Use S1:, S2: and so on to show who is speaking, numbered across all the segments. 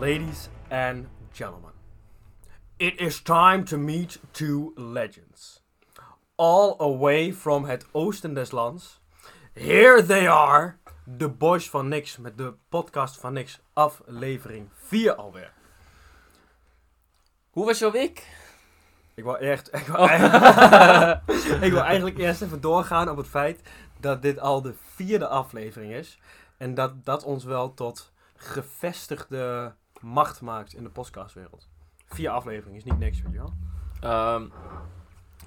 S1: Ladies and gentlemen, it is time to meet two legends. All away from het oosten des lands. Here they are, de boys van Niks met de podcast van Niks, aflevering 4 alweer.
S2: Hoe was jouw week?
S1: Ik wil echt. Ik
S2: Oh.
S1: wil, eigenlijk, ik wil eigenlijk eerst even doorgaan op het feit dat dit al de vierde aflevering is. En dat dat ons wel tot gevestigde macht maakt in de podcastwereld. Vier afleveringen is niet niks, weet je wel.
S2: Ehm,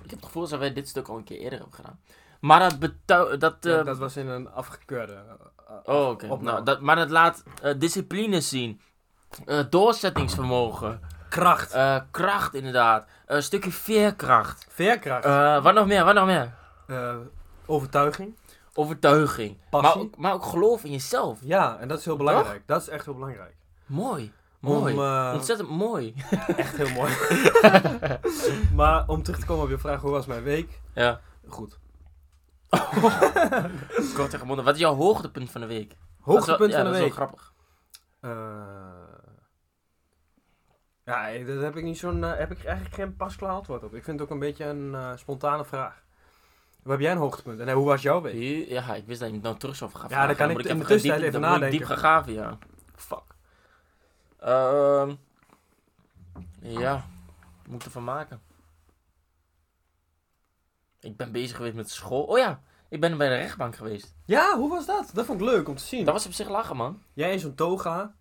S2: ik heb het gevoel dat wij dit stuk al een keer eerder hebben gedaan. Maar dat betou- dat, eh,
S1: Ja, dat was in een afgekeurde. eh,
S2: Oh, oké.
S1: opname.
S2: Nou, dat, maar dat laat eh, discipline zien. Eh, doorzettingsvermogen.
S1: Kracht,
S2: Eh, kracht, inderdaad. Een stukje veerkracht.
S1: veerkracht,
S2: Eh, wat nog meer? Wat nog meer?
S1: eh, overtuiging.
S2: Overtuiging.
S1: Passie.
S2: Maar ook, maar ook geloof in jezelf.
S1: Ja, en dat is heel belangrijk. Dat is echt heel belangrijk.
S2: Mooi. Mooi.
S1: Om, eh,
S2: Ontzettend mooi.
S1: echt heel mooi. maar om terug te komen op je vraag, hoe was mijn week?
S2: ja.
S1: Goed.
S2: Kort en gebonden. Wat is jouw hoogtepunt van de week? Dat is wel-
S1: Hoogtepunt
S2: ja,
S1: van de
S2: dat
S1: week.
S2: is wel grappig.
S1: Eh, ja, daar heb ik, niet zo'n, eh, heb ik eigenlijk geen pasklaar antwoord op. Ik vind het ook een beetje een eh, spontane vraag. Hoe heb jij een hoogtepunt? En eh, hoe was jouw week?
S2: Ja, ik wist dat je hem dan terug zou gaan
S1: Ja,
S2: vragen.
S1: dan kan ik
S2: moet
S1: in de
S2: gaan
S1: tussentijd
S2: diep-
S1: even
S2: dan moet ik
S1: nadenken.
S2: diep gegraven, ja. Fuck. Ehm ja, wat moet ik ervan maken? Ik ben bezig geweest met school. Oh ja, ik ben bij de rechtbank geweest.
S1: Ja, hoe was dat? Dat vond ik leuk om te zien.
S2: Dat was op zich lachen, man.
S1: Jij in zo'n toga.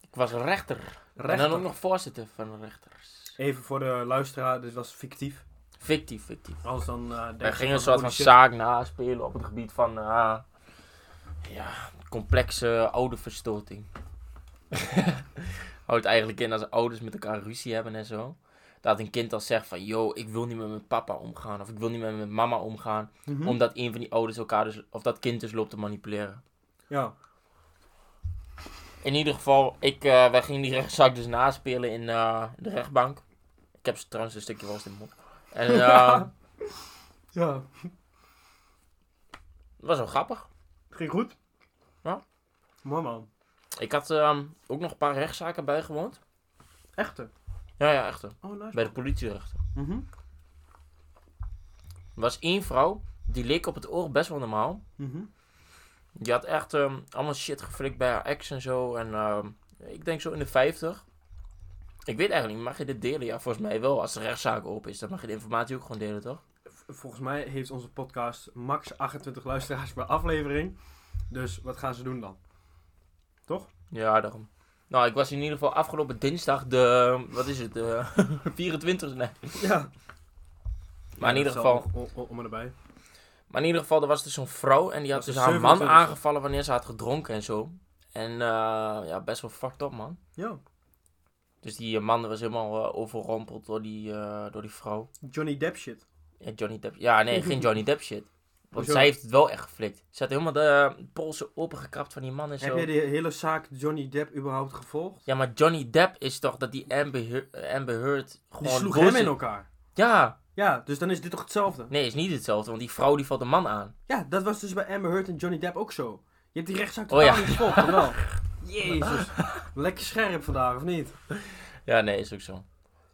S2: Ik was rechter. En
S1: Rechter.
S2: dan ook nog voorzitter van de rechters.
S1: Even voor de luisteraar, dit was fictief.
S2: Fictief, fictief.
S1: Anders dan... eh, denk
S2: We
S1: je
S2: gingen een soort
S1: holy
S2: van
S1: shit.
S2: zaak naspelen op het gebied van eh, ja, complexe oude verstoting. Houdt eigenlijk in als ouders met elkaar ruzie hebben en zo. Dat een kind dan zegt van, yo, ik wil niet meer met papa omgaan. Of ik wil niet meer met mama omgaan.
S1: Mhm.
S2: Omdat een van die ouders elkaar dus, of dat kind dus loopt te manipuleren.
S1: Ja.
S2: In ieder geval, ik, eh, wij gingen die rechtszaak dus naspelen in eh, de rechtbank. Ik heb ze trouwens een stukje was in de mond. En eh,
S1: Ja. Ja.
S2: het was wel grappig.
S1: Ging goed?
S2: Ja.
S1: Mooi man.
S2: Ik had ehm, ook nog een paar rechtszaken bijgewoond.
S1: Echte.
S2: Ja, ja, echt.
S1: Oh, nice.
S2: Bij de politierechter.
S1: Mhm.
S2: Er was één vrouw, die leek op het oor best wel normaal.
S1: Mhm.
S2: Die had echt ehm, allemaal shit geflikt bij haar ex en zo. En ehm, ik denk zo in de 50. Ik weet eigenlijk niet, mag je dit delen? Ja, volgens mij wel. Als de rechtszaak open is, dan mag je de informatie ook gewoon delen, toch?
S1: V- Volgens mij heeft onze podcast max 28 luisteraars per aflevering. Dus wat gaan ze doen dan?
S2: Ja, daarom. Nou, ik was in ieder geval afgelopen dinsdag de... Wat is het? De 24e? Nee.
S1: Ja.
S2: Maar in ieder geval...
S1: Om en erbij.
S2: Maar in ieder geval, er was dus zo'n vrouw en die had
S1: Dat
S2: dus
S1: is
S2: haar man
S1: 27e.
S2: aangevallen wanneer ze had gedronken en zo. En eh, ja, best wel fucked up, man.
S1: Ja.
S2: Dus die eh, man was helemaal eh, overrompeld door die, eh, door die vrouw.
S1: Johnny Depp shit.
S2: Ja, Johnny Depp. Ja, nee, geen Johnny Depp shit. Want
S1: Hoezo?
S2: zij heeft het wel echt geflikt. Ze had helemaal de eh, polsen opengekrapt van die man en
S1: Heb
S2: zo.
S1: jij de hele zaak Johnny Depp überhaupt gevolgd?
S2: Ja, maar Johnny Depp is toch dat die Amber, Heard- Amber Heard
S1: Die
S2: gewoon...
S1: sloeg
S2: boos
S1: hem
S2: is-
S1: in elkaar.
S2: Ja,
S1: Ja, dus dan is dit toch hetzelfde?
S2: nee, is niet hetzelfde, want die vrouw die valt een man aan.
S1: Ja, dat was dus bij Amber Heard en Johnny Depp ook zo. Je hebt die rechtszaak
S2: Oh,
S1: totaal
S2: ja.
S1: niet gevolgd, of wel? Jezus. Lekker scherp vandaag, of niet?
S2: Ja, nee, is ook zo.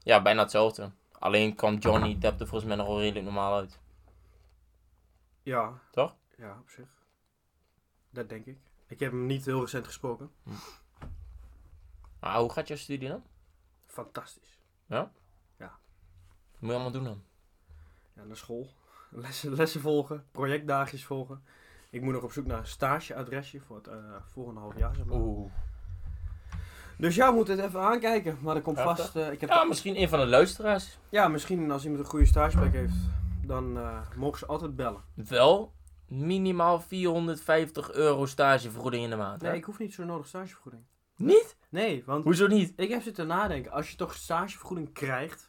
S2: Ja, bijna hetzelfde. Alleen kwam Johnny Depp er volgens mij nog wel redelijk normaal uit.
S1: Ja.
S2: Toch?
S1: Ja, op zich. Dat denk ik. Ik heb hem niet heel recent gesproken.
S2: Maar hoe gaat jouw studie dan?
S1: Fantastisch.
S2: Moet je allemaal doen dan?
S1: Ja, naar school. Lessen, lessen volgen, projectdagjes volgen. Ik moet nog op zoek naar een stageadresje voor het eh, volgende half jaar. Zeg maar.
S2: Oeh.
S1: Dus jou moet het even aankijken. Maar dat komt
S2: Heftig.
S1: vast. eh, ik heb
S2: Ja, misschien een van de luisteraars.
S1: ja, misschien als iemand een goede stageplek heeft, dan eh, mogen ze altijd bellen.
S2: Wel minimaal 450 euro stagevergoeding in de maand. hè?
S1: Nee, ik hoef niet zo nodig stagevergoeding.
S2: Niet?
S1: Nee, want
S2: Hoezo niet?
S1: ik heb zitten nadenken. Als je toch stagevergoeding krijgt,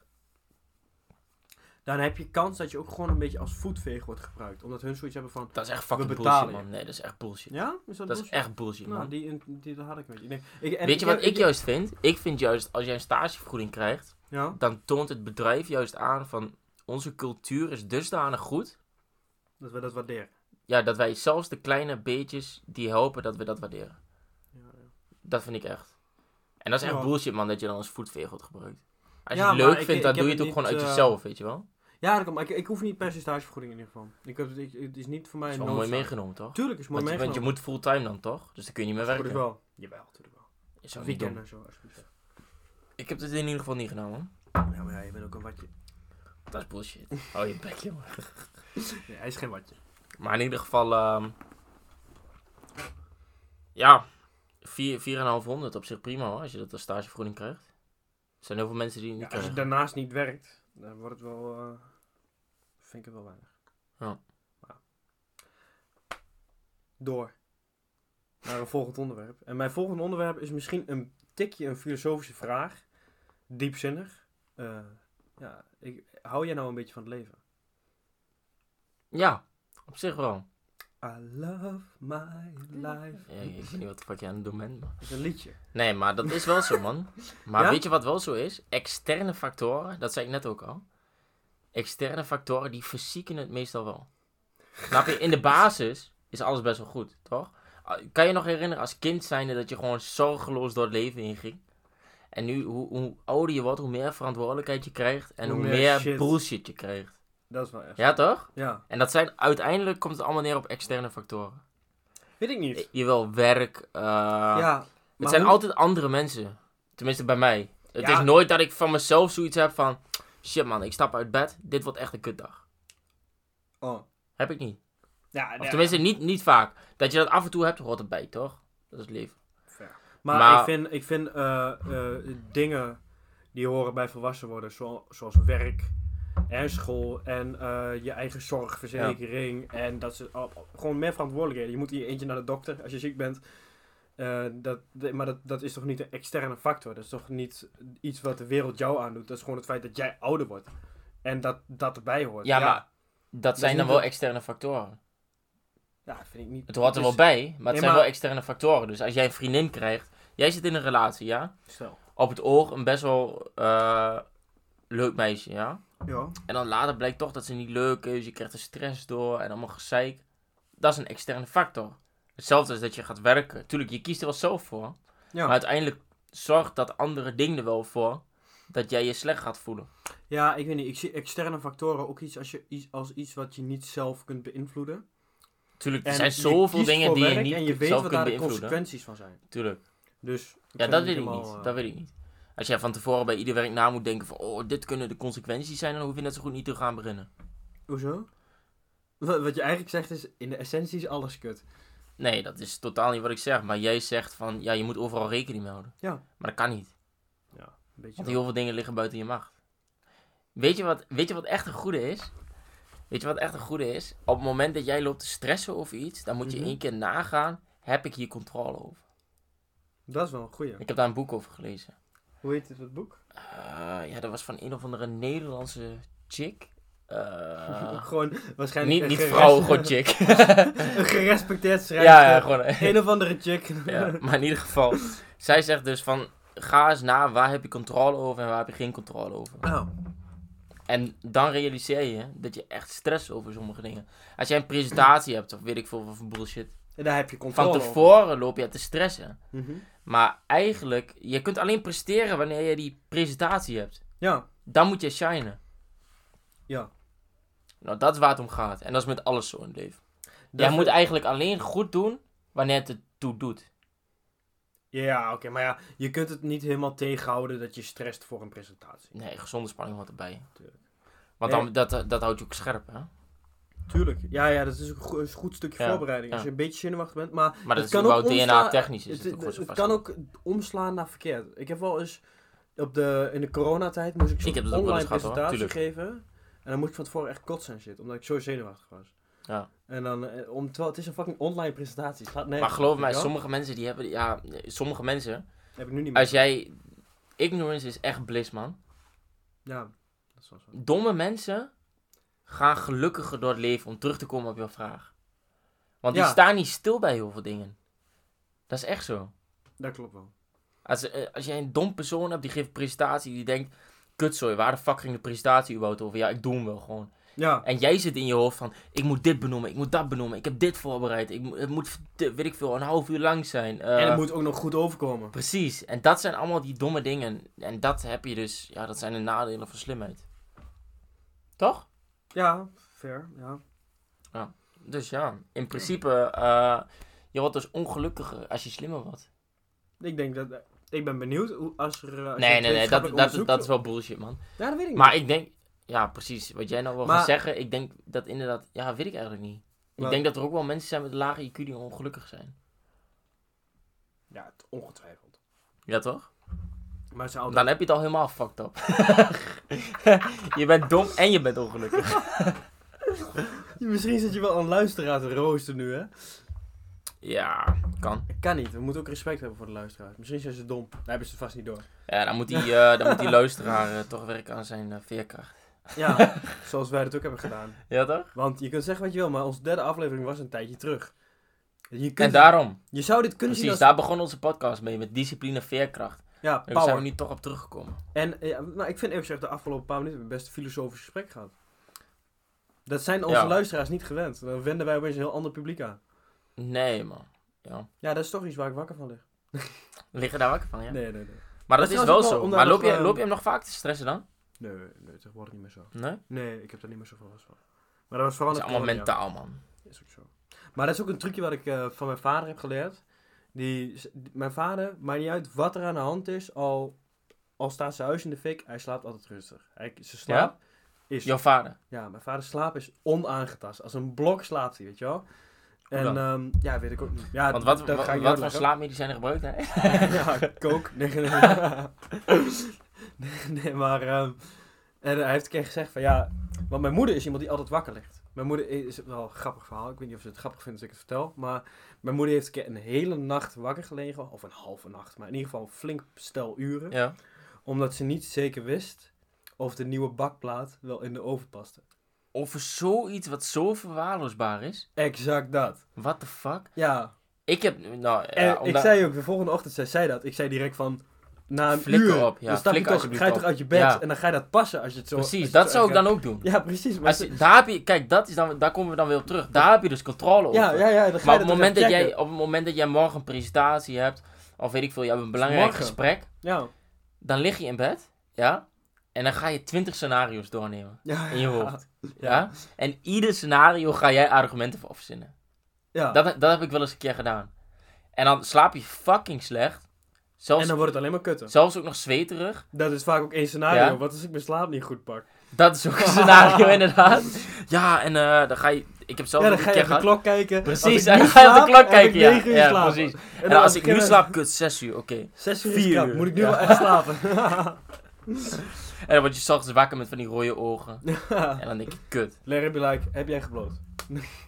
S1: dan heb je kans dat je ook gewoon een beetje als voetveeg wordt gebruikt. Omdat hun zoiets hebben van,
S2: Dat is echt fucking
S1: We
S2: bullshit,
S1: betalen
S2: man.
S1: je.
S2: Nee, dat is echt bullshit.
S1: ja, is dat,
S2: dat is
S1: bullshit?
S2: echt bullshit, man.
S1: Nou, die, die, dat had ik een beetje. Nee, ik- en
S2: Weet je wat
S1: heb-
S2: ik juist vind? Ik vind juist, als jij een stagevergoeding krijgt,
S1: Ja?
S2: dan toont het bedrijf juist aan van... Onze cultuur is dusdanig goed,
S1: Dat we dat waarderen.
S2: ja, dat wij zelfs de kleine beetjes die helpen, dat we dat waarderen.
S1: Ja, ja.
S2: Dat vind ik echt. En En dat is echt
S1: Ja.
S2: bullshit, man, dat je dan als voetveegeld gebruikt. Als je
S1: Ja,
S2: het
S1: maar
S2: leuk
S1: ik-
S2: vindt,
S1: ik heb
S2: dan doe je het
S1: het
S2: ook gewoon
S1: niet,
S2: uit
S1: eh,
S2: jezelf, weet je wel.
S1: Ja, dat kan, maar ik, ik hoef niet per se stagevergoeding in ieder geval. Ik heb, ik, het is niet voor mij
S2: Dat is
S1: een
S2: wel
S1: noodzaak.
S2: mooi meegenomen, toch?
S1: Tuurlijk is het mooi
S2: Want, je- want je
S1: meegenomen.
S2: moet fulltime dan, toch? Dus dan kun je niet meer
S1: Tuurlijk
S2: werken.
S1: wel. Jawel, natuurlijk wel.
S2: Is ook niet
S1: Weekend
S2: dom.
S1: en zo, alsjeblieft.
S2: Ik heb dit in ieder geval niet gedaan, man.
S1: Ja, maar ja, je bent ook een watje.
S2: Dat is bullshit. Oh, je bek, jongen.
S1: Nee, hij is geen watje.
S2: Maar in ieder geval, ehm ja, vier- 4,500 op zich prima hoor, als je dat als stagevergoeding krijgt. Er zijn heel veel mensen die het
S1: Ja,
S2: niet
S1: als je
S2: krijgen.
S1: daarnaast niet werkt, dan wordt het wel. eh, vind ik het wel weinig.
S2: Ja.
S1: Maar- Door. Naar een volgend onderwerp. En mijn volgende onderwerp is misschien een tikje een filosofische vraag. Diepzinnig. Eh, ja, ik, hou jij nou een beetje van het leven?
S2: Ja, op zich wel.
S1: I love my life.
S2: Ja, ik weet niet wat de fuck je aan het doen bent. maar-
S1: Dat is een liedje.
S2: Nee, maar dat is wel zo, man. Maar
S1: Ja?
S2: weet je wat wel zo is? Externe factoren, dat zei ik net ook al. Externe factoren, die verzieken het meestal wel. Snap je? In de basis is alles best wel goed, toch? Ah, Kan je nog herinneren als kind zijnde dat je gewoon zorgeloos door het leven heen ging? En nu, hoe, hoe ouder je wordt, hoe meer verantwoordelijkheid je krijgt. En
S1: Hoe
S2: hoe,
S1: meer
S2: meer
S1: shit.
S2: bullshit je krijgt.
S1: Dat is wel echt.
S2: Ja, toch?
S1: Ja.
S2: En dat zijn, uiteindelijk komt het allemaal neer op externe factoren.
S1: Weet ik niet.
S2: Je wil werk, eh,
S1: ja.
S2: het zijn
S1: hoe-
S2: altijd andere mensen. Tenminste, bij mij. Het
S1: Ja.
S2: is nooit dat ik van mezelf zoiets heb van... Shit man, ik stap uit bed. Dit wordt echt een kutdag.
S1: Oh.
S2: Heb ik niet.
S1: Ja,
S2: Of
S1: ja.
S2: tenminste, niet, niet vaak. Dat je dat af en toe hebt, hoort erbij, toch? Dat is het leven.
S1: Maar,
S2: Maar-
S1: ik vind, ik vind eh, eh, dingen die horen bij volwassen worden, zo- zoals werk en school en eh, je eigen zorgverzekering en dat ze al- gewoon meer verantwoordelijkheden. Je moet hier eentje naar de dokter als je ziek bent. Eh, dat, de- maar dat, dat is toch niet een externe factor? Dat is toch niet iets wat de wereld jou aandoet? Dat is gewoon het feit dat jij ouder wordt. En dat dat erbij hoort.
S2: Ja, maar dat zijn
S1: niet
S2: dan wel
S1: dat-
S2: externe factoren.
S1: Ja, vind ik niet.
S2: Het hoort er
S1: dus-
S2: wel bij, maar het
S1: Nee,
S2: zijn
S1: maar-
S2: wel externe factoren. Dus als jij een vriendin krijgt... Jij zit in een relatie, ja?
S1: Stel.
S2: Op het oog een best wel eh, leuk meisje, ja?
S1: Ja.
S2: En dan later blijkt toch dat ze niet leuk is. Je krijgt er stress door en allemaal gezeik. Dat is een externe factor. Hetzelfde als dat je gaat werken. Tuurlijk, je kiest er wel zelf voor.
S1: Ja.
S2: Maar uiteindelijk zorgt dat andere dingen er wel voor dat jij je slecht gaat voelen.
S1: Ja, ik weet niet. Ik zie externe factoren ook iets als, je, iets, als iets wat je niet zelf kunt beïnvloeden.
S2: Tuurlijk, er
S1: En
S2: zijn
S1: je
S2: zoveel
S1: kiest
S2: dingen
S1: voor
S2: die je
S1: werk
S2: niet
S1: en je weet
S2: zelf
S1: wat
S2: kunt
S1: daar de
S2: beïnvloeden.
S1: consequenties van zijn.
S2: Tuurlijk.
S1: Dus
S2: Ja,
S1: kan
S2: dat weet, ik
S1: helemaal,
S2: niet.
S1: eh,
S2: dat weet ik niet. Als jij van tevoren bij ieder werk na moet denken van... Oh, dit kunnen de consequenties zijn. Dan hoef je net zo goed niet te gaan beginnen.
S1: Hoezo? Wat, wat je eigenlijk zegt is, in de essentie is alles kut.
S2: Nee, dat is totaal niet wat ik zeg. Maar jij zegt van... Ja, je moet overal rekening mee houden.
S1: Ja.
S2: Maar dat kan niet.
S1: Ja, een beetje
S2: Want
S1: wel.
S2: heel veel dingen liggen buiten je macht. Weet je wat, weet je wat echt een goede is? Weet je wat echt een goede is? Op het moment dat jij loopt te stressen over iets, dan moet je
S1: Mhm.
S2: één keer nagaan: heb ik hier controle over?
S1: Dat is wel een goeie.
S2: Ik heb daar een boek over gelezen.
S1: Hoe heet het, dat boek?
S2: Eh, ja, dat was van een of andere Nederlandse chick. Eh,
S1: gewoon waarschijnlijk
S2: niet niet
S1: een
S2: vrouw,
S1: geres-
S2: gewoon chick.
S1: een gerespecteerd
S2: ja,
S1: schrijver.
S2: ja, gewoon.
S1: Een of andere chick.
S2: ja, maar in ieder geval, zij zegt dus van. Ga eens na waar heb je controle over en waar heb je geen controle over.
S1: Oh,
S2: En dan realiseer je dat je echt stress over sommige dingen. Als jij een presentatie hebt, of weet ik veel wat voor bullshit.
S1: en daar heb je controle
S2: Van tevoren loop je te stressen.
S1: over. Mhm.
S2: Maar eigenlijk, je kunt alleen presteren wanneer je die presentatie hebt.
S1: Ja,
S2: Dan moet je shinen.
S1: ja.
S2: Nou, dat is waar het om gaat. En dat is met alles zo in het leven.
S1: Dat-
S2: jij moet eigenlijk alleen goed doen wanneer het het toe doet.
S1: Ja, oké, maar ja, je kunt het niet helemaal tegenhouden dat je stresst voor een presentatie.
S2: Nee, gezonde spanning hoort erbij.
S1: Tuurlijk.
S2: Want
S1: Nee.
S2: dan, dat, dat, dat houdt je ook scherp, hè?
S1: Tuurlijk. Ja, ja, dat is een go- een goed stukje
S2: Ja,
S1: voorbereiding. Als
S2: ja.
S1: je een beetje zenuwachtig bent, maar
S2: Maar dat
S1: Het
S2: is
S1: kan
S2: überhaupt
S1: ook omslaan-
S2: DNA-technisch. Is
S1: het,
S2: het, ook gewoon
S1: het,
S2: zo vast.
S1: kan ook omslaan naar verkeerd. Ik heb wel eens op de, in de coronatijd moest ik zo'n
S2: Ik heb dat ook wel
S1: online
S2: eens gehad, hoor.
S1: presentatie geven. En dan moest ik van tevoren echt kotsen en shit, omdat ik zo zenuwachtig was.
S2: Ja.
S1: En dan, eh, om, terwijl het is een fucking online presentatie. het Slaat, nee,
S2: Maar geloof mij,
S1: Ja?
S2: sommige mensen die hebben... Ja, sommige mensen
S1: Heb ik nu niet meer.
S2: Als jij... Ignorance is echt bliss, man.
S1: Ja, dat is wel zo.
S2: Domme mensen gaan gelukkiger door het leven om terug te komen op jouw vraag. Want die
S1: Ja.
S2: staan niet stil bij heel veel dingen. Dat is echt zo.
S1: Dat klopt wel.
S2: Als, eh, als jij een dom persoon hebt die geeft een presentatie, die denkt... Kutzooi, waar de fuck ging de presentatie überhaupt over? Ja, ik doe hem wel gewoon.
S1: Ja.
S2: En jij zit in je hoofd van, ik moet dit benoemen, ik moet dat benoemen, ik heb dit voorbereid, ik, mo- het moet, de- weet ik veel, een half uur lang zijn. eh,
S1: en het moet ook nog goed overkomen.
S2: Precies, en dat zijn allemaal die domme dingen. En dat heb je dus, ja, dat zijn de nadelen van slimheid. Toch?
S1: Ja, fair. Ja.
S2: Dus ja, in principe, eh, je wordt dus ongelukkiger als je slimmer wordt.
S1: Ik denk dat. Ik ben benieuwd hoe als er. eh, als je
S2: Nee,
S1: het
S2: nee, nee, dat,
S1: wetenschappelijk
S2: dat, dat is wel bullshit, man.
S1: onderzoekt- Ja, dat weet ik
S2: Maar
S1: niet.
S2: ik denk, ja, precies. Wat jij nou wil
S1: Maar-
S2: gaan zeggen, ik denk dat inderdaad, ja, weet ik eigenlijk niet. Ik
S1: Wat?
S2: denk dat er ook wel mensen zijn met een lage IQ die ongelukkig zijn.
S1: Ja, het- ongetwijfeld.
S2: Ja, toch?
S1: Maar ze altijd.
S2: Dan heb je het al helemaal fucked up. je bent dom en je bent ongelukkig. Nou.
S1: Misschien zit je wel aan luisteraar te roosten nu, hè?
S2: Ja, kan.
S1: Kan niet. We moeten ook respect hebben voor de luisteraars. Misschien zijn ze dom. Daar hebben ze het vast niet door.
S2: Ja, dan moet die, eh, dan moet die luisteraar eh, toch werken aan zijn eh, veerkracht.
S1: Ja, zoals wij dat ook hebben gedaan.
S2: Ja, toch?
S1: Want je kunt zeggen wat je wil, maar onze derde aflevering was een tijdje terug. Je, kunt,
S2: En daarom,
S1: je zou dit kunnen
S2: precies,
S1: zien als...
S2: daar begon onze podcast mee, met discipline veerkracht.
S1: Ja,
S2: En daar zijn we
S1: power.
S2: nu toch op teruggekomen.
S1: En ja, nou, ik vind eerlijk gezegd de afgelopen paar minuten best een filosofisch gesprek gehad. Dat zijn onze
S2: Ja.
S1: luisteraars niet gewend. Dan wenden wij opeens een heel ander publiek aan.
S2: Nee, man. Ja.
S1: Ja, dat is toch iets waar ik wakker van lig.
S2: Liggen daar wakker van, ja?
S1: Nee, nee, nee. Dat
S2: Maar dat,
S1: is
S2: is wel
S1: trouwens ook
S2: zo.
S1: wel
S2: Maar loop
S1: omdat,
S2: je,
S1: eh,
S2: loop je hem nog vaak te stressen dan?
S1: Nee, nee, tegenwoordig niet meer zo.
S2: Nee?
S1: Nee, ik heb daar niet meer zoveel last van. Maar dat was vooral
S2: Dat is
S1: het
S2: allemaal
S1: corona.
S2: mentaal, man.
S1: Is ook zo. Maar dat is ook een trucje wat ik eh, van mijn vader heb geleerd. Die, z- die- mijn vader, maakt niet uit wat er aan de hand is, al, al staat zijn huis in de fik, hij slaapt altijd rustig. Hij, zijn slaap is...
S2: Jouw vader.
S1: Ja, mijn vaders slaap is onaangetast. Als een blok slaapt hij, weet je wel. En
S2: dan?
S1: ehm, ja, weet ik ook niet. Ja,
S2: Want wat,
S1: dat
S2: wat,
S1: ga ik
S2: wat voor
S1: niet
S2: slaapmedicijnen gebruikt hij?
S1: uitleggen. Ja, kook. Nee, nee, nee. Nee, nee, maar... ehm, en hij heeft een keer gezegd van ja... Want mijn moeder is iemand die altijd wakker ligt. Mijn moeder is wel een grappig verhaal. Ik weet niet of ze het grappig vindt als ik het vertel. Maar mijn moeder heeft een keer een hele nacht wakker gelegen. Of een halve nacht. Maar in ieder geval een flink stel uren.
S2: Ja.
S1: Omdat ze niet zeker wist of de nieuwe bakplaat wel in de oven paste.
S2: Over zoiets wat zo verwaarloosbaar is.
S1: Exact dat.
S2: What the fuck?
S1: Ja.
S2: Ik heb, nou, ja,
S1: En Eh, ik
S2: omdat-
S1: zei ook, de volgende ochtend zei zij dat. Ik zei direct van, na een
S2: Flikker
S1: uur,
S2: op, ja,
S1: dan stap je
S2: flikker
S1: toch,
S2: alsjeblieft
S1: ga je toch
S2: op.
S1: uit je bed
S2: Ja.
S1: en dan ga je dat passen als je het zo... als
S2: precies,
S1: je het
S2: dat
S1: zo
S2: zou ik dan
S1: uitgaat.
S2: ook doen.
S1: Ja, precies. Maar
S2: Als
S1: ze-
S2: je- daar heb je, kijk, dat is dan, daar komen we dan weer op terug. Daar heb je dus controle over.
S1: ja, ja, ja, dan ga je
S2: maar op het,
S1: toch
S2: moment dat
S1: even
S2: jij,
S1: checken.
S2: op het moment dat jij morgen een presentatie hebt, of weet ik veel, je hebt een belangrijk
S1: Dus Morgen.
S2: gesprek,
S1: Ja,
S2: dan lig je in bed, ja, en dan ga je twintig scenario's doornemen
S1: ja,
S2: in je hoofd, ja. En ieder scenario ga jij argumenten voor verzinnen.
S1: ja.
S2: Dat, dat heb ik wel eens een keer gedaan. En dan slaap je fucking slecht. Zelfs,
S1: En dan wordt het alleen maar kutten.
S2: zelfs ook nog zweterig.
S1: Dat is vaak ook één scenario.
S2: Ja.
S1: Wat als ik mijn slaap niet goed pak?
S2: Dat is ook een scenario, inderdaad. Ja, en eh, dan ga je... Ik heb zelf
S1: Ja,
S2: ook
S1: dan
S2: een
S1: ga je
S2: keer
S1: op de
S2: gehad.
S1: klok kijken.
S2: Precies,
S1: Als ik
S2: en
S1: nu
S2: dan ga je op
S1: slaap,
S2: de klok
S1: heb ik
S2: kijken. Ja,
S1: negen uur
S2: ja
S1: slapen.
S2: precies.
S1: En
S2: En
S1: dan
S2: als ik nu
S1: eh,
S2: slaap, kut, 6 uur, oké.
S1: Zes uur is
S2: vier
S1: krap.
S2: uur.
S1: Moet ik nu
S2: Ja.
S1: wel echt slapen?
S2: En dan word je s'ochtends wakker met van die rode ogen. En dan denk je, kut.
S1: Larry be like, heb jij gebloot?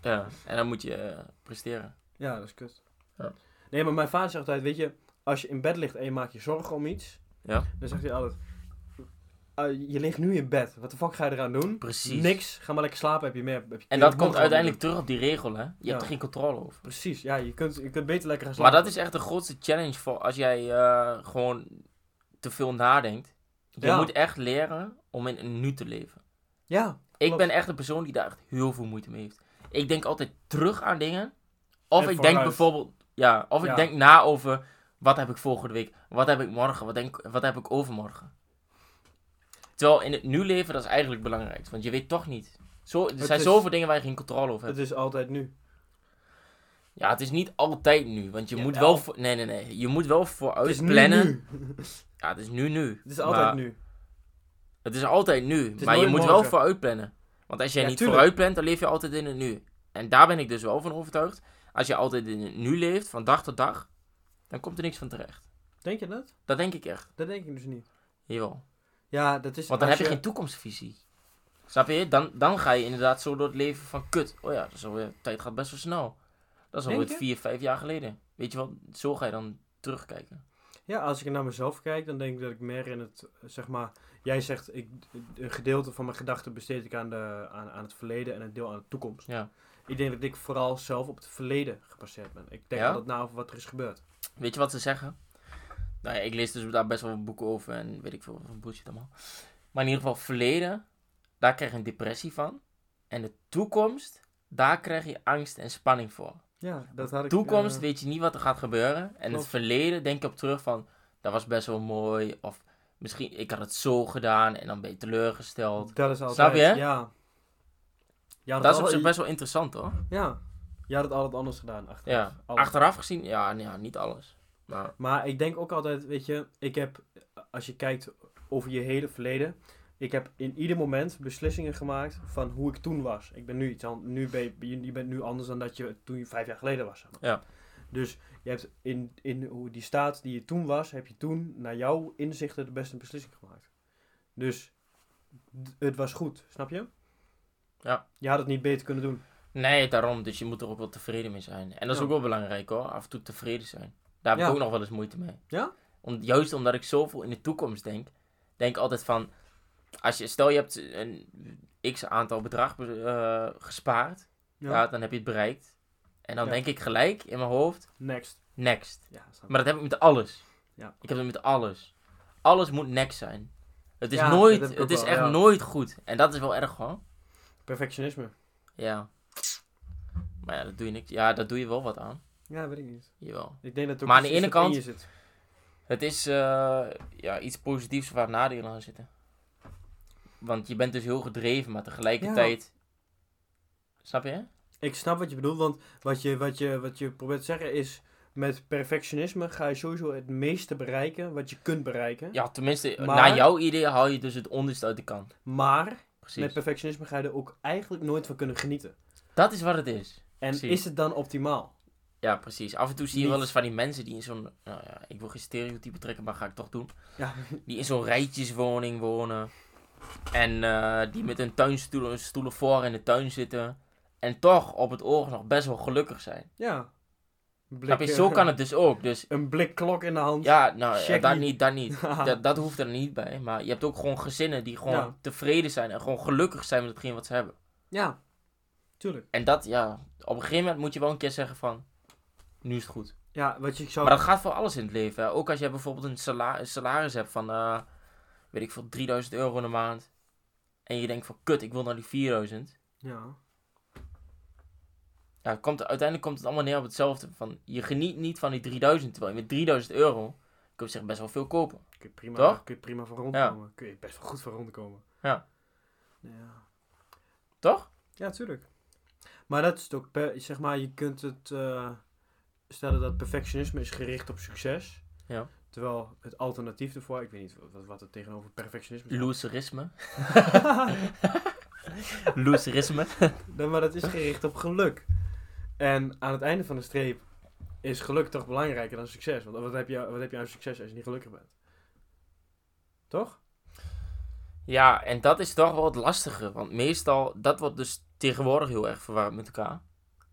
S2: Ja. En dan moet je eh, presteren.
S1: Ja, dat is kut.
S2: Ja.
S1: Nee, maar mijn vader zegt altijd, weet je, als je in bed ligt en je maakt je zorgen om iets,
S2: Ja.
S1: dan zegt hij altijd, "Ah, je ligt nu in bed, wat de fuck ga je eraan doen?
S2: Precies.
S1: Niks, ga maar lekker slapen, heb je meer. Heb je
S2: En
S1: je
S2: dat
S1: moet
S2: komt
S1: gewoon
S2: uiteindelijk
S1: doen.
S2: terug op die regel, hè. Je
S1: Ja.
S2: hebt er geen controle over.
S1: Precies, ja, je kunt, je kunt beter lekker gaan
S2: Maar
S1: slapen.
S2: dat is echt de grootste challenge voor als jij eh, gewoon te veel nadenkt. Je
S1: Ja.
S2: moet echt leren om in een nu te leven.
S1: Ja,
S2: Ik
S1: Klopt.
S2: ben echt een persoon die daar echt heel veel moeite mee heeft. Ik denk altijd terug aan dingen. Of
S1: En
S2: ik denk
S1: vooruit.
S2: bijvoorbeeld, ja, of
S1: Ja.
S2: ik denk na over wat heb ik volgende week, wat heb ik morgen, wat, denk, wat heb ik overmorgen. Terwijl in het nu leven dat is eigenlijk belangrijk, want je weet toch niet. Zo, er
S1: Het
S2: zijn
S1: is-
S2: zoveel dingen waar je geen controle over hebt.
S1: het is altijd nu.
S2: Oh, Ja, het is niet altijd nu, want je moet
S1: Jawel.
S2: wel voor, nee nee nee, je moet wel vooruit
S1: het is nu,
S2: plannen.
S1: nu.
S2: Ja, het is nu nu.
S1: Het is altijd
S2: Maar-
S1: nu.
S2: Het is altijd nu,
S1: is
S2: maar je
S1: nooit
S2: moet wel
S1: morgen.
S2: vooruit plannen. Want als jij
S1: Ja,
S2: niet
S1: tuurlijk.
S2: vooruit plant, dan leef je altijd in het nu. En daar ben ik dus wel van overtuigd. Als je altijd in het nu leeft, van dag tot dag, dan komt er niks van terecht.
S1: Denk je dat?
S2: Dat denk ik echt.
S1: Dat denk ik dus niet.
S2: Jawel.
S1: Ja, dat is...
S2: Want dan
S1: als
S2: heb je geen toekomstvisie. Snap je? Dan, dan ga je inderdaad zo door het leven van kut. Oh ja, dat is alweer, tijd gaat best wel snel. Dat is
S1: Denk
S2: alweer
S1: je?
S2: vier, vijf jaar geleden. Weet je wel, zo ga je dan terugkijken.
S1: Ja, als ik naar mezelf kijk, dan denk ik dat ik meer in het, eh, zeg maar, jij zegt, ik, een gedeelte van mijn gedachten besteed ik aan, de, aan, aan het verleden en een deel aan de toekomst.
S2: Ja.
S1: Ik denk dat ik vooral zelf op het verleden gepasseerd ben. Ik denk
S2: Ja?
S1: altijd na over wat er is gebeurd.
S2: Weet je wat ze zeggen? Nou ja, ik lees dus daar best wel wat boeken over en weet ik veel van bullshit allemaal. Maar in ieder geval, verleden, daar krijg je een depressie van. En de toekomst, daar krijg je angst en spanning voor.
S1: Ja, dat had ik...
S2: toekomst
S1: eh,
S2: weet je niet wat er gaat gebeuren. En
S1: klopt.
S2: het verleden denk je op terug van, dat was best wel mooi. Of misschien, ik had het zo gedaan en dan ben je teleurgesteld.
S1: dat is altijd...
S2: Snap je?
S1: Ja. ja
S2: Dat is op zich best wel interessant hoor.
S1: Ja. Je had het altijd anders gedaan. Achter.
S2: Ja.
S1: Alles.
S2: Achteraf gezien, ja, nee, ja, niet alles. Maar,
S1: Maar ik denk ook altijd, weet je, ik heb, als je kijkt over je hele verleden, ik heb in ieder moment beslissingen gemaakt van hoe ik toen was. Ik ben nu iets anders, nu ben je, je je bent nu anders dan dat je toen je vijf jaar geleden was. zeg maar.
S2: Ja.
S1: Dus je hebt in, in hoe die staat die je toen was, heb je toen naar jouw inzichten de beste beslissing gemaakt. Dus d- het was goed, snap je?
S2: Ja.
S1: Je had het niet beter kunnen doen.
S2: nee, daarom. Dus je moet er ook wel tevreden mee zijn. En dat is
S1: Ja.
S2: ook wel belangrijk hoor. Af en toe tevreden zijn. Daar heb
S1: Ja.
S2: ik ook nog wel eens moeite mee.
S1: Ja?
S2: Om, juist omdat ik zoveel in de toekomst denk. Denk altijd van, als je, stel je hebt een x aantal bedrag eh, gespaard. ja, dan heb je het bereikt. En dan
S1: Ja.
S2: denk ik gelijk in mijn hoofd,
S1: Next.
S2: next.
S1: Ja, snap ik.
S2: Maar dat heb ik met alles.
S1: Ja.
S2: Ik heb het met alles. Alles moet next zijn. Het is
S1: Ja,
S2: nooit,
S1: dat heb ik
S2: het
S1: ook
S2: is
S1: wel,
S2: echt
S1: ja.
S2: nooit goed. En dat is wel erg hoor.
S1: Perfectionisme.
S2: Ja. Maar ja, dat doe je niks. Ja, dat doe je wel wat aan.
S1: Ja, weet ik niet.
S2: Jawel.
S1: Ik denk dat het ook
S2: Maar aan
S1: iets
S2: de
S1: is
S2: ene
S1: dat in
S2: kant-
S1: je zit.
S2: Het is eh, ja, iets positiefs waar nadelen aan zitten. Want je bent dus heel gedreven, maar tegelijkertijd... Snap je?
S1: Ik snap wat je bedoelt, want wat je, wat, je, wat je probeert te zeggen is... met perfectionisme ga je sowieso het meeste bereiken wat je kunt bereiken.
S2: Ja, tenminste,
S1: Maar-
S2: naar jouw idee haal je dus het onderste uit de kant.
S1: Maar met
S2: Precies.
S1: perfectionisme ga je er ook eigenlijk nooit van kunnen genieten.
S2: Dat is wat het is.
S1: En
S2: Precies.
S1: is het dan optimaal?
S2: Ja, precies. Af en toe zie je
S1: Niet-
S2: wel eens van die mensen die in zo'n... Nou ja, ik wil geen stereotype trekken, maar ga ik toch doen.
S1: Ja.
S2: Die in zo'n rijtjeswoning wonen. En eh, die met hun tuinstoelen hun stoelen voor in de tuin zitten. En toch op het oog nog best wel gelukkig zijn.
S1: Ja. Een eh,
S2: Snap je? Zo kan het dus ook. Dus
S1: Een blik klok in de hand.
S2: ja, nou, ja,
S1: Check
S2: dat
S1: niet.
S2: niet, dat niet. Dat, dat hoeft er niet bij. Maar je hebt ook gewoon gezinnen die gewoon
S1: Ah. Ja.
S2: tevreden zijn. En gewoon gelukkig zijn met hetgeen wat ze hebben.
S1: ja. Tuurlijk.
S2: En dat, ja... Op een gegeven moment moet je wel een keer zeggen van... Nu is het goed.
S1: Ja, wat je zou...
S2: Maar dat gaat voor alles in het leven. Hè? Ook als jij bijvoorbeeld een sala- een salaris hebt van, eh, weet ik veel, 3000 euro in de maand. En je denkt van, kut, ik wil naar die 4000.
S1: Ja.
S2: Ja, het komt, uiteindelijk komt het allemaal neer op hetzelfde. Van, je geniet niet van die 3000, terwijl je met 3000 euro kun je zich best wel veel kopen.
S1: Kun je prima,
S2: Toch?
S1: Kun je prima van
S2: Ja.
S1: rondkomen. Kun je best wel goed van rondkomen.
S2: Ja.
S1: Ja.
S2: Toch?
S1: Ja, tuurlijk. Maar dat is het ook, per- zeg maar, je kunt het eh, stellen dat perfectionisme is gericht op succes.
S2: Ja.
S1: Terwijl het alternatief ervoor, ik weet niet wat, wat het tegenover perfectionisme is.
S2: Loserisme. Loserisme.
S1: Nee, maar dat is gericht op geluk. En aan het einde van de streep is geluk toch belangrijker dan succes. Want wat heb je, wat heb je aan succes als je niet gelukkig bent? Toch?
S2: Ja, en dat is toch wel het lastige. Want meestal, dat wordt dus tegenwoordig heel erg verwarrend met elkaar.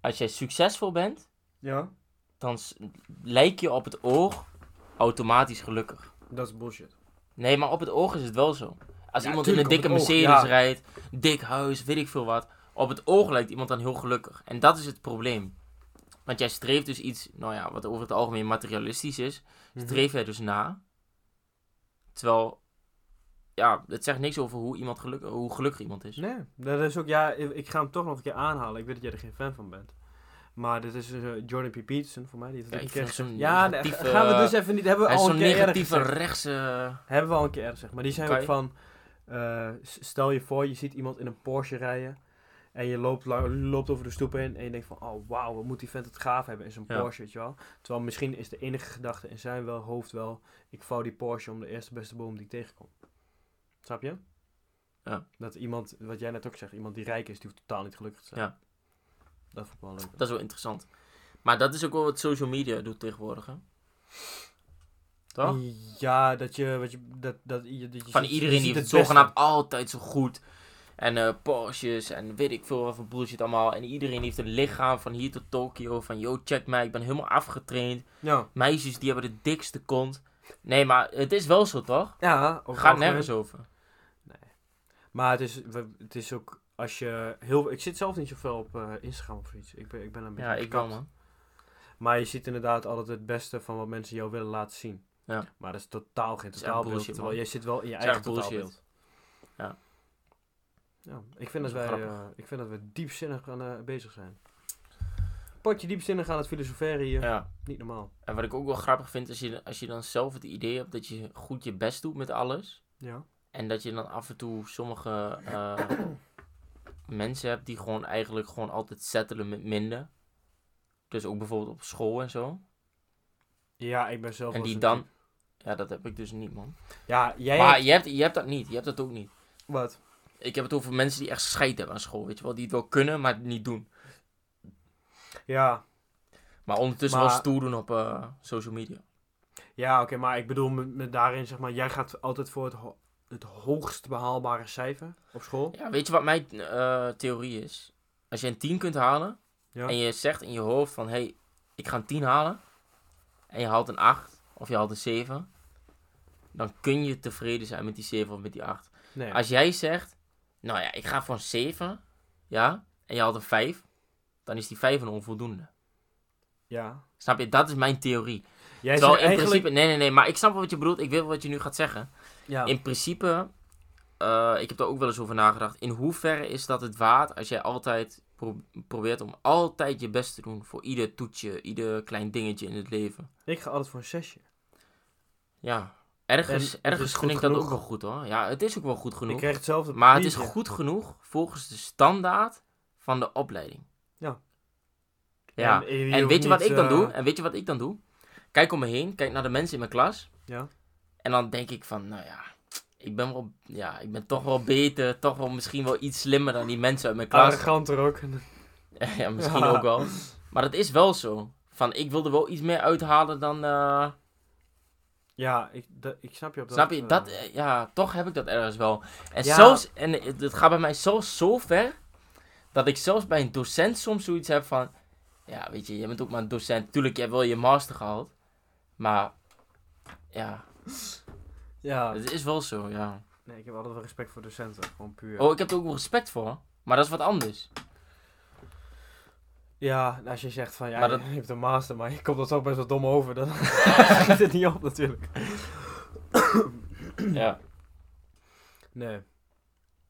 S2: Als jij succesvol bent,
S1: Ja.
S2: dan s- lijk je op het oog automatisch gelukkig.
S1: Dat is bullshit.
S2: Nee, maar op het oog is het wel zo. Als
S1: Ja,
S2: iemand in
S1: tuurlijk,
S2: een
S1: op
S2: dikke
S1: het oog,
S2: Mercedes
S1: ja.
S2: rijdt, dik huis, weet ik veel wat. Op het oog lijkt iemand dan heel gelukkig. En dat is het probleem. Want jij streeft dus iets, nou ja, wat over het algemeen materialistisch is,
S1: Mhm.
S2: streef jij dus na. Terwijl, ja, het zegt niks over hoe, iemand gelukkig, hoe gelukkig iemand is.
S1: Nee, dat is ook, ja, ik ik ga hem toch nog een keer aanhalen. Ik weet dat jij er geen fan van bent. Maar dit is eh Jordan P. Peterson voor mij. Die heeft
S2: Ja,
S1: het een
S2: ik
S1: keer
S2: vind zo'n
S1: gezegd. Ja, nee,
S2: negatieve-
S1: gaan we dus even niet. Hebben we
S2: Hij is
S1: al een
S2: zo'n
S1: keer eerder
S2: negatieve
S1: gezegd.
S2: rechtse...
S1: Hebben we al een keer erg gezegd. Maar die zijn
S2: Oké.
S1: ook van, eh, s- stel je voor, je ziet iemand in een Porsche rijden. En je loopt, lang- loopt over de stoep heen en je denkt van, oh wauw, wat moet die vent het gaaf hebben in zo'n
S2: Ja.
S1: Porsche, weet je wel. Terwijl misschien is de enige gedachte in zijn wel, hoofd wel, ik vouw die Porsche om de eerste beste boom die ik tegenkom. Snap je?
S2: Ja.
S1: Dat iemand, wat jij net ook zegt, iemand die rijk is, die hoeft totaal niet gelukkig te zijn.
S2: Ja.
S1: Dat vond ik wel leuk.
S2: Dat is wel interessant. Maar dat is ook wel wat social media doet tegenwoordig, hè?
S1: Dus
S2: Toch?
S1: Ja, dat je, wat je, dat, dat, je, dat je
S2: Van
S1: ziet-
S2: iedereen
S1: je
S2: die
S1: ziet
S2: het
S1: beste.
S2: zogenaamd altijd zo goed. En eh Porsches en weet ik veel wat voor bullshit allemaal. En iedereen heeft een lichaam van hier tot Tokio. Van yo, check mij, ik ben helemaal afgetraind.
S1: Ja,
S2: Meisjes die hebben de dikste kont. Nee, maar het is wel zo, toch?
S1: ja over het
S2: Gaat
S1: algemeen.
S2: nergens over.
S1: Maar het is, we- het is ook als je heel. Ik zit zelf niet zoveel op eh, Instagram of iets. Ik ben, ik ben een beetje.
S2: Ja, ik wel,
S1: gekapt.
S2: man.
S1: Maar je ziet inderdaad altijd het beste van wat mensen jou willen laten zien.
S2: Ja.
S1: Maar dat is totaal geen
S2: is echt
S1: totaalbeeld.
S2: bullshit,
S1: terwijl
S2: man.
S1: jij zit wel in je
S2: is
S1: eigen
S2: echt bullshit.
S1: totaalbeeld.
S2: Ja.
S1: Ja, ik, vind dat
S2: Dat is
S1: wij,
S2: wel
S1: eh, ik vind dat we diepzinnig aan, eh, bezig zijn. Potje diepzinnig aan het filosoferen hier.
S2: Ja.
S1: Niet normaal.
S2: En wat ik ook wel grappig vind, is je, als je dan zelf het idee hebt dat je goed je best doet met alles.
S1: Ja.
S2: En dat je dan af en toe sommige eh, mensen hebt die gewoon eigenlijk gewoon altijd settelen met minder. Dus ook bijvoorbeeld op school en zo.
S1: Ja, ik ben zelf
S2: En
S1: wel zo'n
S2: die dan... Ja, dat heb ik dus niet, man.
S1: type. Ja, jij...
S2: Maar je hebt, je hebt dat niet. Je hebt dat ook niet.
S1: Wat?
S2: Ik heb het over mensen die echt scheid hebben aan school, weet je wel. Die het wel kunnen, maar het niet doen.
S1: Ja.
S2: Maar ondertussen
S1: Maar-
S2: wel stoer doen op eh, social media.
S1: Ja, oké, maar ik bedoel met, met daarin zeg maar... Jij gaat altijd voor het, ho- het hoogst behaalbare cijfer op school.
S2: Ja, weet je wat mijn eh, theorie is? Als je een 10 kunt halen
S1: Ja.
S2: en je zegt in je hoofd van hé, hey, ik ga een 10 halen en je haalt een 8 of je haalt een 7, dan kun je tevreden zijn met die 7 of met die 8.
S1: Nee.
S2: Als jij zegt, nou ja, ik ga voor een 7, ja, en je haalt een 5, dan is die 5 een onvoldoende.
S1: Ja.
S2: Snap je? Dat is mijn theorie.
S1: Jij
S2: Terwijl
S1: zegt
S2: in principe, nee, nee, nee, maar ik snap wel wat je bedoelt, ik weet wel wat je nu gaat zeggen.
S1: Ja.
S2: In principe, eh, ik heb daar ook wel eens over nagedacht. In hoeverre is dat het waard als jij altijd pro- probeert om altijd je best te doen voor ieder toetje, ieder klein dingetje in het leven?
S1: Ik ga altijd voor een zesje.
S2: Ja, ergens,
S1: En het is
S2: ergens
S1: goed
S2: vind ik
S1: genoeg.
S2: dat ook wel goed hoor. Ja, het is ook wel goed
S1: Ik
S2: genoeg.
S1: kreeg hetzelfde.
S2: Maar het is
S1: papiertje.
S2: goed genoeg volgens de standaard van de opleiding.
S1: Ja.
S2: Ja,
S1: En je
S2: En
S1: hoeft
S2: weet je wat
S1: niet,
S2: ik dan
S1: eh,
S2: doe? En weet je wat ik dan doe? Kijk om me heen, kijk naar de mensen in mijn klas.
S1: Ja.
S2: En dan denk ik van, nou ja, ik ben wel, ja, ik ben toch wel beter, toch wel misschien wel iets slimmer dan die mensen uit mijn klas.
S1: Arroganter ook.
S2: ja, misschien
S1: Ja.
S2: ook wel. Maar dat is wel zo. Van, ik wilde wel iets meer uithalen dan, eh,
S1: Ja, ik, dat- ik snap je op dat...
S2: snap je?
S1: eh,
S2: Dat, eh, ja, toch heb ik dat ergens wel. En
S1: Ja.
S2: zelfs, en het het gaat bij mij zelfs zo ver, dat ik zelfs bij een docent soms zoiets heb van, ja, weet je, je bent ook maar een docent. Tuurlijk, jij hebt wel je master gehaald, maar, ja,
S1: Ja.
S2: het is wel zo, ja.
S1: Nee, ik heb altijd wel respect voor docenten. Gewoon puur.
S2: Oh, ik heb er ook wel respect voor, maar dat is wat anders.
S1: Ja, als je zegt van ja,
S2: Maar dat-
S1: je hebt een master, maar je komt dat ook best wel dom over. Dan schiet het niet op natuurlijk.
S2: Ja.
S1: Nee.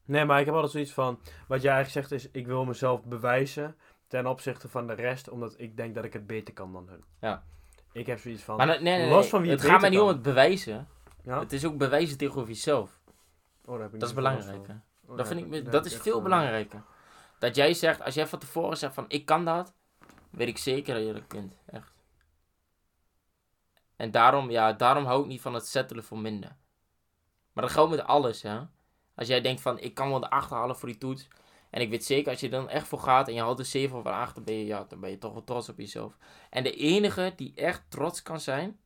S1: Nee, maar ik heb altijd zoiets van, wat jij eigenlijk zegt is, ik wil mezelf bewijzen ten opzichte van de rest, omdat ik denk dat ik het beter kan dan hun.
S2: Ja.
S1: Ik heb zoiets van,
S2: Maar nee, nee, nee,
S1: los
S2: nee,
S1: van wie
S2: het
S1: het
S2: gaat mij
S1: beter
S2: niet om
S1: kan.
S2: het bewijzen.
S1: ja?
S2: Het is ook bewijzen tegenover jezelf.
S1: Oh, daar heb ik
S2: Dat is
S1: niet zoveel last van.
S2: belangrijker.
S1: Oh,
S2: Dat,
S1: daar
S2: vind ik,
S1: heb
S2: me-
S1: daar
S2: dat
S1: heb
S2: is
S1: ik
S2: veel
S1: echt, eh,
S2: belangrijker. Dat jij zegt, als jij van tevoren zegt van ik kan dat, weet ik zeker dat je dat kunt. Echt. En daarom, ja, daarom hou ik niet van het settelen voor minder. Maar dat geldt met alles, hè. Als jij denkt van ik kan wel de 8 halen voor die toets. En ik weet zeker, als je er dan echt voor gaat en je haalt de 7 of een 8, dan ben je, ja, dan ben je toch wel trots op jezelf. En de enige die echt trots kan zijn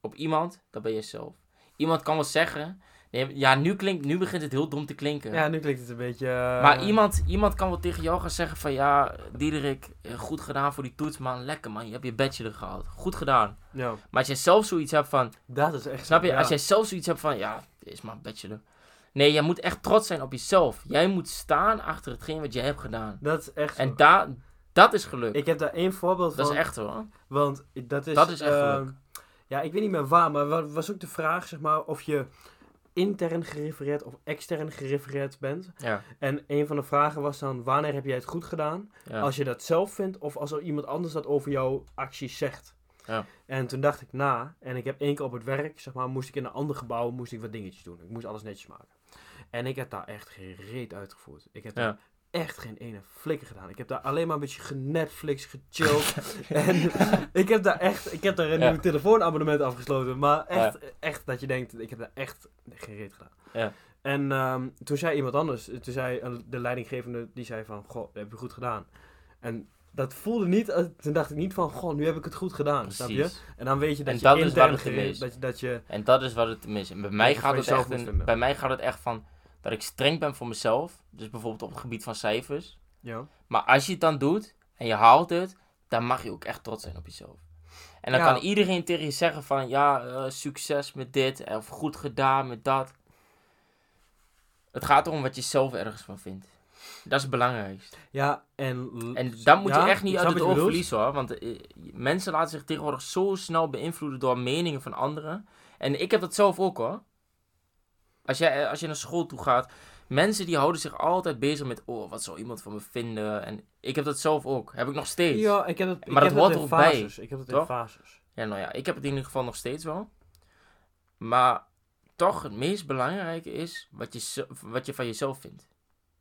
S2: op iemand, dat ben je zelf. Iemand kan wel zeggen, nee, ja, nu, klinkt, nu begint het heel dom te klinken.
S1: Ja, nu klinkt het een beetje... eh,
S2: Maar iemand, iemand kan wel tegen jou gaan zeggen van ja, Diederik, eh, goed gedaan voor die toets, man. Lekker man, je hebt je bachelor gehaald. Goed gedaan.
S1: Ja,
S2: Maar als jij zelf zoiets hebt van,
S1: dat is echt...
S2: snap je,
S1: ja.
S2: als jij zelf zoiets hebt van ja, dit is maar een bachelor. Nee, jij moet echt trots zijn op jezelf. Jij moet staan achter hetgeen wat jij hebt gedaan.
S1: Dat is echt...
S2: En
S1: zo.
S2: da dat is geluk.
S1: ik heb daar één voorbeeld van.
S2: dat is echt hoor.
S1: Want dat is...
S2: Dat is echt
S1: ehm,
S2: geluk.
S1: Ja, ik weet niet meer waar, maar wa- was ook de vraag, zeg maar, of je intern gerefereerd of extern gerefereerd bent.
S2: Ja,
S1: En een van de vragen was dan, wanneer heb jij het goed gedaan?
S2: ja.
S1: Als je dat zelf vindt of als er iemand anders dat over jouw acties zegt.
S2: Ja.
S1: En toen dacht ik na, en ik heb één keer op het werk, zeg maar, moest ik in een ander gebouw, moest ik wat dingetjes doen. Ik moest alles netjes maken. En ik heb daar echt geen reet uitgevoerd. Ik heb
S2: Ja.
S1: daar echt geen ene flikker gedaan. Ik heb daar alleen maar een beetje genetflix, gechilled. en ik heb daar echt, ik heb daar een
S2: Ja.
S1: nieuw telefoonabonnement afgesloten. Maar echt, echt dat je denkt, ik heb daar echt geen reet gedaan.
S2: Ja.
S1: En ehm, toen zei iemand anders, toen zei een- de leidinggevende, die zei van, goh, dat heb je goed gedaan. En dat voelde niet, als- toen dacht ik niet van, goh, nu heb ik het goed gedaan, snap je?
S2: precies.
S1: En dan weet je dat
S2: En
S1: je
S2: dat is
S1: intern
S2: waar het in
S1: gere-
S2: is.
S1: Dat je, dat je,
S2: En dat is wat het mis. En bij mij,
S1: je van
S2: gaat het
S1: jezelf
S2: echt
S1: moet
S2: een-
S1: vinden.
S2: bij mij gaat het echt van dat ik streng ben voor mezelf. Dus bijvoorbeeld op het gebied van cijfers.
S1: ja.
S2: Maar als je het dan doet en je haalt het, dan mag je ook echt trots zijn op jezelf. En dan
S1: Ja.
S2: kan iedereen tegen je zeggen van ja, eh, succes met dit eh, of goed gedaan met dat. Het gaat erom wat je zelf ergens van vindt. Dat is het belangrijkste.
S1: Ja, en...
S2: En dan moet
S1: ja,
S2: je echt niet
S1: ik
S2: uit
S1: snap wat
S2: het oog
S1: je bedoelt.
S2: verliezen hoor. Want eh, mensen laten zich tegenwoordig zo snel beïnvloeden door meningen van anderen. En ik heb dat zelf ook hoor. Als, jij, eh, als je naar school toe gaat Mensen die houden zich altijd bezig met, oh, wat zou iemand van me vinden? En ik heb dat zelf ook. Heb ik nog steeds. Ja,
S1: Ja, ik heb het, ik
S2: Maar
S1: heb
S2: dat hoort
S1: het in
S2: er ook bij,
S1: fases. Ik heb het in
S2: toch?
S1: fases.
S2: nou ja, ik heb het in ieder geval nog steeds wel. Maar toch, het meest belangrijke is wat je, ze- wat je van jezelf vindt.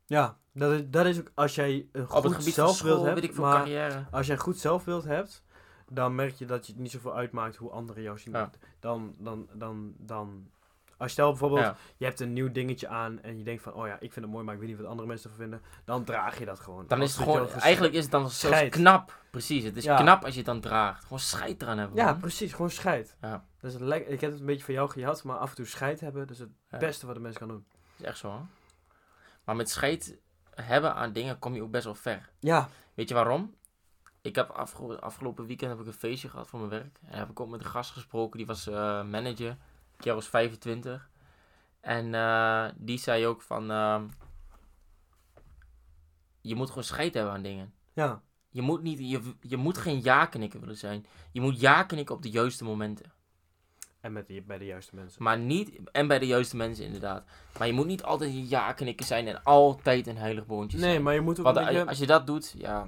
S1: Ja, dat is, dat is ook als jij een
S2: Op het
S1: goed
S2: gebied van
S1: zelfbeeld
S2: school,
S1: hebt.
S2: weet ik veel,
S1: maar
S2: carrière.
S1: als jij een goed zelfbeeld hebt, dan merk je dat je het niet zoveel uitmaakt hoe anderen jou zien.
S2: Ja.
S1: Dan, dan, dan, dan. Als stel bijvoorbeeld,
S2: Ja.
S1: je hebt een nieuw dingetje aan en je denkt van, oh ja, ik vind het mooi, maar ik weet niet wat andere mensen ervan vinden. Dan draag je dat gewoon.
S2: Dan
S1: Als
S2: is het
S1: dat
S2: gewoon,
S1: jou ges-
S2: eigenlijk is het dan zelfs
S1: Scheid.
S2: knap. Precies, het is
S1: Ja.
S2: knap als je het dan draagt. Gewoon scheid eraan hebben.
S1: Ja,
S2: man.
S1: precies, gewoon scheid.
S2: Ja.
S1: Dat is lekker. Ik heb het een beetje van jou gehad, maar af en toe scheid hebben, dat is het
S2: Ja.
S1: beste wat een mens kan doen.
S2: is echt zo. hoor. Maar met scheid hebben aan dingen kom je ook best wel ver.
S1: Ja,
S2: Weet je waarom? Ik heb afge- afgelopen weekend heb ik een feestje gehad voor mijn werk. En heb ik ook met een gast gesproken, die was eh, manager. Kerel was 25. En eh, die zei ook van... ehm, je moet gewoon scheid hebben aan dingen.
S1: ja.
S2: Je moet, niet, je, je moet geen ja-knikker willen zijn. Je moet ja-knikken op de juiste momenten.
S1: En met die, bij de juiste mensen.
S2: Maar niet, en bij de juiste mensen inderdaad. Maar je moet niet altijd een ja-knikker zijn en altijd een heilig boontje zijn.
S1: Nee, maar je moet ook
S2: Want
S1: een beetje-
S2: als je dat doet, ja,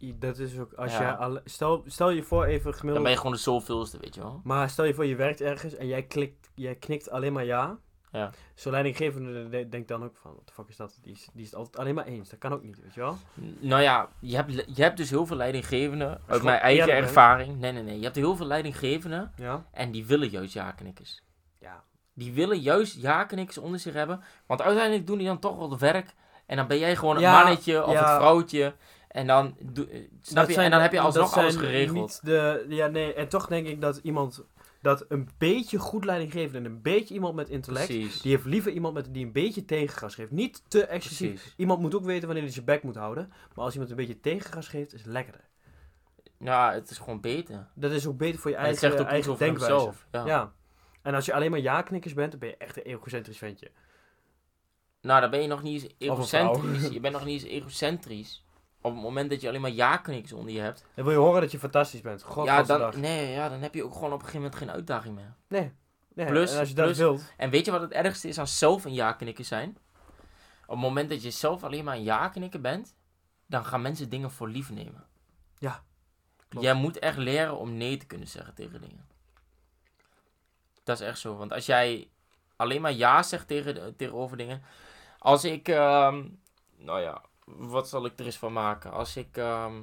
S1: I- Dat is ook als
S2: Ja.
S1: jij alle- stel, stel je voor even
S2: dan
S1: gemiddeld.
S2: ben je gewoon de zoveelste, weet je wel.
S1: Maar stel je voor je werkt ergens en jij, klikt, jij knikt alleen maar ja.
S2: Ja.
S1: Zo'n leidinggevende de- denkt dan ook van, wat de fuck is dat? Die is, die is het altijd alleen maar eens. Dat kan ook niet, weet je wel?
S2: N- Nou ja, je hebt, le- je hebt dus heel veel leidinggevenden. Uit
S1: gewoon
S2: mijn eigen
S1: eerlijk, hè?
S2: ervaring. Nee, nee, nee. Je hebt heel veel leidinggevenden.
S1: Ja.
S2: En die willen juist ja-knikkers.
S1: Ja.
S2: Die willen juist ja-knikkers onder zich hebben. Want uiteindelijk doen die dan toch wel het werk. En dan ben jij gewoon het
S1: Ja,
S2: mannetje of
S1: ja.
S2: het vrouwtje. En dan, doe- eh, snap je? en dan heb je alsnog alles geregeld.
S1: Niet de, ja, nee. En toch denk ik dat iemand, dat een beetje goed leidinggevende en een beetje iemand met intellect,
S2: Precies.
S1: die heeft liever iemand met, die een beetje tegengas geeft. Niet te excessief.
S2: Precies.
S1: Iemand moet ook weten wanneer hij zijn bek moet houden. Maar als iemand een beetje tegengas geeft, is het lekkerder.
S2: Ja, het is gewoon beter.
S1: Dat is ook beter voor je
S2: En het
S1: eigen,
S2: zegt ook iets
S1: eigen
S2: over
S1: denkwijze.
S2: hemzelf. eh, Ja.
S1: Ja. En als je alleen maar ja-knikkers bent, dan ben je echt een egocentrisch ventje.
S2: Nou, dan ben je nog niet eens
S1: Of een vrouw.
S2: egocentrisch. Je bent nog niet eens egocentrisch. Op het moment dat je alleen maar ja-knikkers onder je hebt.
S1: Dan wil je horen dat je fantastisch bent. God,
S2: ja, dan, nee, ja, dan heb je ook gewoon op een gegeven moment geen uitdaging meer.
S1: Nee. nee.
S2: Plus-
S1: en als je dat
S2: plus-
S1: wilt.
S2: En weet je wat het ergste is aan zelf een ja-knikker zijn? Op het moment dat je zelf alleen maar een ja-knikker bent, dan gaan mensen dingen voor lief nemen.
S1: Ja, klopt.
S2: Jij moet echt leren om nee te kunnen zeggen tegen dingen. Dat is echt zo. Want als jij alleen maar ja zegt tegen, de- tegenover dingen. Als ik, ehm, nou ja, wat zal ik er eens van maken? Als ik ehm,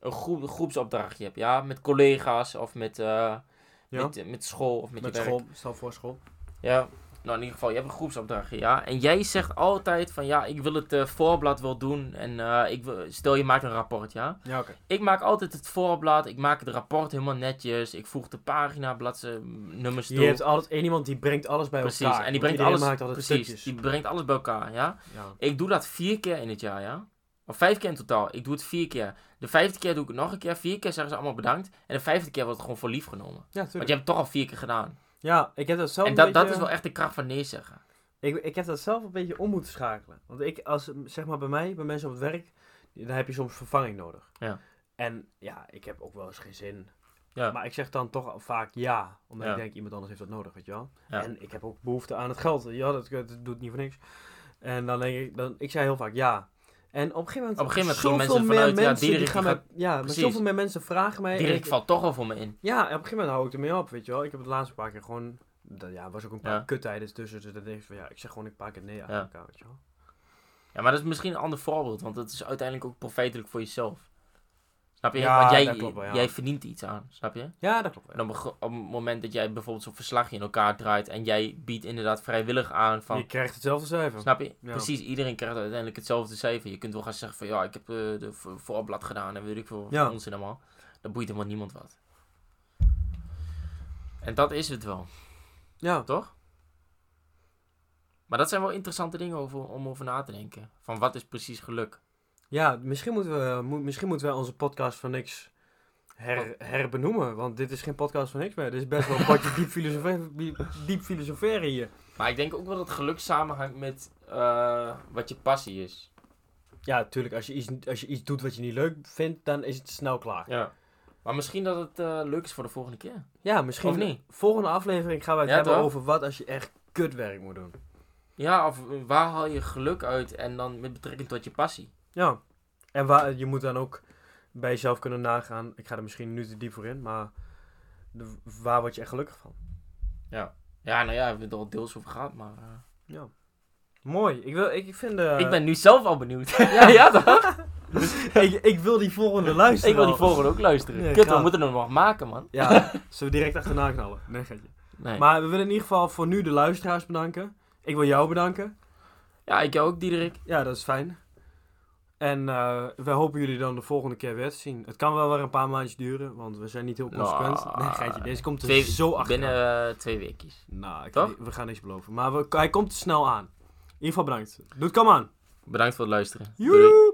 S2: een groep, groepsopdrachtje heb, ja, met collega's of met, eh,
S1: Ja.
S2: met, eh, met school of met,
S1: Met
S2: je werk.
S1: school, stel voor school.
S2: Ja, nou in ieder geval, je hebt een groepsopdracht, ja. En jij zegt altijd van, ja, ik wil het eh, voorblad wel doen. En eh, ik wil, stel, je maakt een rapport, ja.
S1: Ja, oké.
S2: Ik maak altijd het voorblad, ik maak het rapport helemaal netjes. Ik voeg de pagina, bladzijden, nummers toe.
S1: Je hebt altijd één iemand die brengt alles bij
S2: precies,
S1: elkaar.
S2: en die
S1: Want
S2: brengt
S1: iedereen
S2: alles,
S1: maakt altijd
S2: precies,
S1: stukjes.
S2: die brengt alles bij elkaar, ja.
S1: Ja.
S2: Ik doe dat vier keer in het jaar, ja. Of vijf keer in totaal. Ik doe het vier keer. De vijfde keer doe ik het nog een keer. Vier keer zeggen ze allemaal bedankt. En de vijfde keer wordt het gewoon voor lief genomen.
S1: Ja,
S2: Want
S1: tuurlijk.
S2: je hebt het toch al vier keer gedaan.
S1: Ja, ik heb dat zelf
S2: en
S1: een
S2: dat, dat
S1: beetje...
S2: is wel echt de kracht van nee zeggen.
S1: Ik, ik heb dat zelf een beetje om moeten schakelen. Want ik, als, zeg maar bij mij, bij mensen op het werk, dan heb je soms vervanging nodig.
S2: Ja.
S1: En ja, ik heb ook wel eens geen zin.
S2: Ja.
S1: Maar ik zeg dan toch vaak ja, omdat
S2: Ja.
S1: ik denk iemand anders heeft dat nodig, weet je wel.
S2: Ja.
S1: En ik heb ook behoefte aan het geld. Ja, dat, dat doet niet voor niks. En dan denk ik, dan, ik zei heel vaak ja. En op een gegeven moment,
S2: Op een gegeven moment
S1: zoveel
S2: gingen mensen
S1: meer
S2: vanuit, ja,
S1: mensen
S2: Diederik,
S1: die gaan
S2: die
S1: mij, ja, maar
S2: precies.
S1: zoveel meer mensen vragen mij. en
S2: Dirk
S1: ik-
S2: valt toch al voor me in.
S1: ja, en op een gegeven moment hou ik ermee op, weet je wel. Ik heb het laatste paar keer gewoon... Dat, ja, was ook een paar
S2: Ja.
S1: kuttijden tussen. Dus dan denk ik van, ja, ik zeg gewoon een paar keer nee achter
S2: Ja.
S1: elkaar, weet je wel.
S2: Ja, maar dat is misschien een ander voorbeeld. Want dat is uiteindelijk ook profijtelijk voor jezelf. Snap je?
S1: Ja,
S2: want
S1: dat
S2: jij,
S1: klopt wel, ja.
S2: jij verdient iets aan, snap je?
S1: Ja, dat klopt. wel.
S2: En op, een ge- op het moment dat jij bijvoorbeeld zo'n verslagje in elkaar draait. En jij biedt inderdaad vrijwillig aan van...
S1: Je krijgt hetzelfde cijfer.
S2: Snap je?
S1: Ja.
S2: Precies, iedereen krijgt uiteindelijk hetzelfde cijfer. Je kunt wel gaan zeggen van ja, ik heb eh, de vo- voorblad gedaan en weet ik veel
S1: Ja.
S2: onzin allemaal. Dat boeit helemaal niemand wat. En dat is het wel,
S1: Ja,
S2: toch? Maar dat zijn wel interessante dingen over, om over na te denken. Van wat is precies geluk?
S1: ja misschien, moeten we, mo- misschien moeten wij onze podcast van niks her,
S2: Oh.
S1: herbenoemen. Want dit is geen podcast van niks meer. Dit is best wel een potje diep, filosofe- diep- diep filosoferen hier.
S2: Maar ik denk ook wel dat geluk samenhangt met eh, wat je passie is.
S1: Ja, tuurlijk. Als je, iets, als je iets doet wat je niet leuk vindt, dan is het snel klaar.
S2: Ja. Maar misschien dat het eh, leuk is voor de volgende keer.
S1: Ja, misschien.
S2: Of niet?
S1: Volgende aflevering gaan we het
S2: Ja,
S1: hebben
S2: toch?
S1: over wat als je echt kutwerk moet doen.
S2: Ja, of eh, waar haal je geluk uit en dan met betrekking tot je passie?
S1: Ja. En waar, je moet dan ook bij jezelf kunnen nagaan. Ik ga er misschien nu te diep voor in, maar de, waar word je echt gelukkig van?
S2: Ja, nou ja, we hebben het er al deels over gehad, maar... eh,
S1: Ja. Mooi. Ik, wil, ik, ik vind... eh,
S2: ik ben nu zelf al benieuwd. ja, ja toch?
S1: ik, ik wil die volgende luisteren.
S2: Ik wil die
S1: al.
S2: volgende ook luisteren.
S1: Nee,
S2: Kut, we
S1: graag.
S2: moeten hem nog maken, man.
S1: Ja, zullen we direct achterna knallen? Nee, geitje.
S2: Nee.
S1: Maar we willen in ieder geval voor nu de luisteraars bedanken. Ik wil jou bedanken.
S2: Ja, ik jou ook, Diederik.
S1: Ja, dat is fijn. En eh, we hopen jullie dan de volgende keer weer te zien. Het kan wel weer een paar maandjes duren, want we zijn niet heel consequent.
S2: Nou,
S1: nee, geitje, deze komt er
S2: Twee,
S1: zo achter.
S2: binnen eh, twee weekjes.
S1: Nou, ik-
S2: Toch?
S1: we gaan niks beloven. Maar we, hij komt snel aan. In ieder geval bedankt. Doet kom aan.
S2: Bedankt voor het luisteren. Doei.
S1: Joejoe!